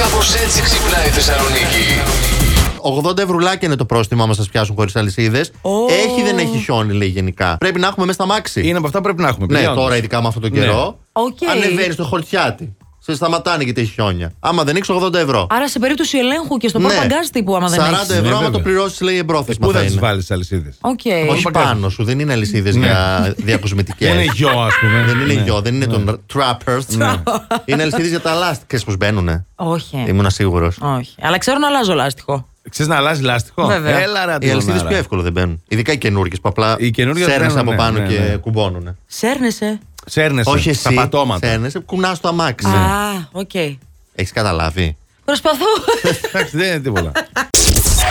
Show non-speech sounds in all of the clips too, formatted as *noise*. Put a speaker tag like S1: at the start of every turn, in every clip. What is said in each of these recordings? S1: Κάπως έτσι ξυπνάει η Θεσσαλονίκη.
S2: 80 ευρουλάκια είναι το πρόστιμο άμα σας πιάσουν χωρίς αλυσίδες.
S3: Ω.
S2: Έχει δεν έχει χιόνι, λέει γενικά. Πρέπει να έχουμε μέσα στα μάξι.
S4: Είναι από αυτά που πρέπει να έχουμε.
S2: Ναι,
S4: παιδιά,
S2: τώρα
S4: όντως.
S2: ειδικά με αυτόν τον καιρό.
S3: Ναι. Οκ.
S2: Ανεβαίνεις στο χορτιάτι. Σε σταματάνε γιατί έχει χιόνια. Άμα δεν έχεις 80 ευρώ.
S3: Άρα σε περίπτωση ελέγχου και στο ναι. παπαγκάζ τύπου, άμα δεν
S2: 40
S3: έχεις.
S2: ευρώ,
S4: Ναι,
S2: άμα
S4: βέβαια.
S2: το πληρώσεις, λέει εμπρόθεσμα.
S4: Πού
S2: θα
S4: θα τις
S2: Ναι, είναι.
S4: βάλεις τι αλυσίδες.
S3: Οκ.
S2: Όχι
S4: Παπαγκάζ.
S2: πάνω σου, δεν είναι αλυσίδες
S4: Ναι.
S2: για διακοσμητικές.
S4: Δεν είναι γιο, ας πούμε.
S2: Δεν είναι
S4: Ναι.
S2: γιο, δεν είναι των trappers. Είναι αλυσίδες για τα λάστιχα. Ξέρεις πώς μπαίνουνε.
S4: Ναι.
S3: Όχι.
S2: Ήμουνα σίγουρος.
S3: Όχι. Αλλά ξέρω να αλλάζω λάστιχο.
S4: Ξέρεις να αλλάζει λάστιχο.
S3: Βέβαια.
S4: Έλα ρε
S2: Οι αλυσίδε
S4: αντιλωνάρα.
S2: πιο εύκολο δεν μπαίνουν. Ειδικά οι καινούργιες που απλά
S4: Οι καινούργιες
S2: σέρνεσαι
S4: μπαίνουν,
S2: από
S4: ναι,
S2: πάνω
S4: ναι,
S2: και
S4: ναι.
S2: κουμπώνουν.
S3: Σέρνεσαι.
S4: Σέρνεσαι.
S2: Όχι
S4: Στα
S2: εσύ.
S4: πατώματα.
S2: Σέρνεσαι, κουνάς το αμάξι.
S3: Α, οκ.
S2: Έχεις καταλάβει.
S3: Προσπαθώ. *laughs*
S4: Εντάξει, δεν είναι τίποτα.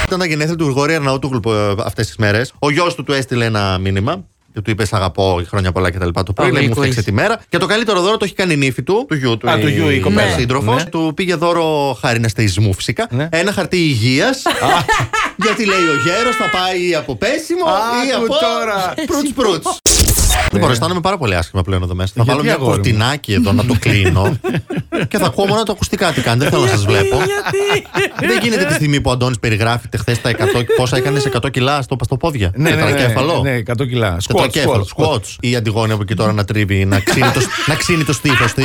S2: Ήταν τα γενέθλια του Γρηγόρη ε, Αρναούτογλου αυτές τις μέρες. Ο γιος του του έστειλε ένα μήνυμα. Και του είπε «Σ' αγαπώ χρόνια πολλά και τα λοιπά. Το
S3: Ο
S2: πριν λέει, μου
S3: Γλυκούλης.
S2: φτιάξε τη μέρα. Και το καλύτερο δώρο το έχει κάνει η νύφη του, του γιού του.
S4: Α, του γιού, η κοπέλα.
S2: Ναι. σύντροφος.
S4: Ναι.
S2: Του πήγε δώρο χάρη αστεϊσμού φυσικά.
S4: Ναι.
S2: Ένα χαρτί υγείας.
S4: *laughs*
S2: γιατί λέει ο γέρος θα πάει από πέσιμο ή
S4: Άκου
S2: από.
S4: τώρα. Ναι.
S2: Προύτ προύτ. Λοιπόν, αισθάνομαι πάρα πολύ άσχημα πλέον εδώ μέσα. Θα
S4: Γιατί,
S2: βάλω μια
S4: αγόρι μου?
S2: κουρτινάκι εδώ να το
S4: *laughs*
S2: κλείνω και θα ακούω μόνο τα ακουστικά τι κάνει. Δεν θέλω να σας βλέπω.
S3: Γιατί.
S2: Δεν γίνεται τη στιγμή που ο Αντώνης περιγράφεται χθες τα 100. Πόσα έκανε 100 κιλά στο παστοπόδια.
S4: Ναι, ναι, ναι,
S2: τετρακέφαλο.
S4: ναι, 100 κιλά. Σκουάτ,
S2: Τετρακέφαλο.
S4: σκουάτ, σκουάτ.
S2: Σκουότ. Η Αντιγόνη από εκεί τώρα να τρίβει, να ξύνει το, να ξύνει το στήθος της.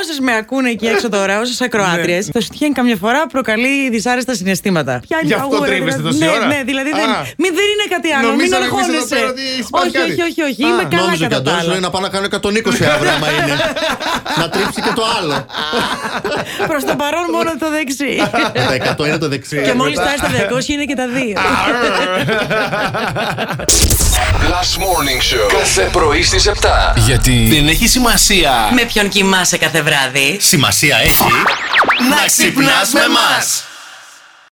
S3: Όσες με ακούνε εκεί έξω τώρα, όσες ακροάτριες,
S2: Ναι.
S3: το σουτιέν καμιά φορά προκαλεί δυσάρεστα συναισθήματα. Πιάνει
S4: Γι' αυτό
S3: παγούρα,
S4: τρέβεστε
S3: δηλαδή.
S4: τόση
S3: ναι,
S4: ώρα?
S3: Ναι, δηλαδή δεν,
S4: Α.
S3: μην, δεν είναι κάτι άλλο.
S4: Νομίζαμε
S3: Μην
S4: εμείς εδώ
S3: αγχώνεσαι.
S4: πέρα ότι έχεις πάρει
S3: Όχι,
S4: κάτι.
S3: όχι, όχι, όχι.
S4: Α.
S3: Είμαι καλά
S2: Νόμιζε και ο
S3: κατά τα
S2: Αντώνης λέει
S3: άλλα.
S2: να πάω να κάνω 120 αύριο, άμα είναι. να τρίψει και το
S3: *laughs*
S2: άλλο.
S3: Προς το παρόν μόνο το
S2: *laughs*
S3: δεξί.
S2: τα 100 είναι το δεξί.
S3: Και μόλις φτάσει στα 200 είναι και τα δύο.
S1: Last Morning Show. Κάθε πρωί στις 7.
S5: Γιατί δεν έχει σημασία
S3: Με ποιον κοιμάσαι κάθε βράδυ.
S2: Σημασία έχει
S5: να ξυπνάς με μας.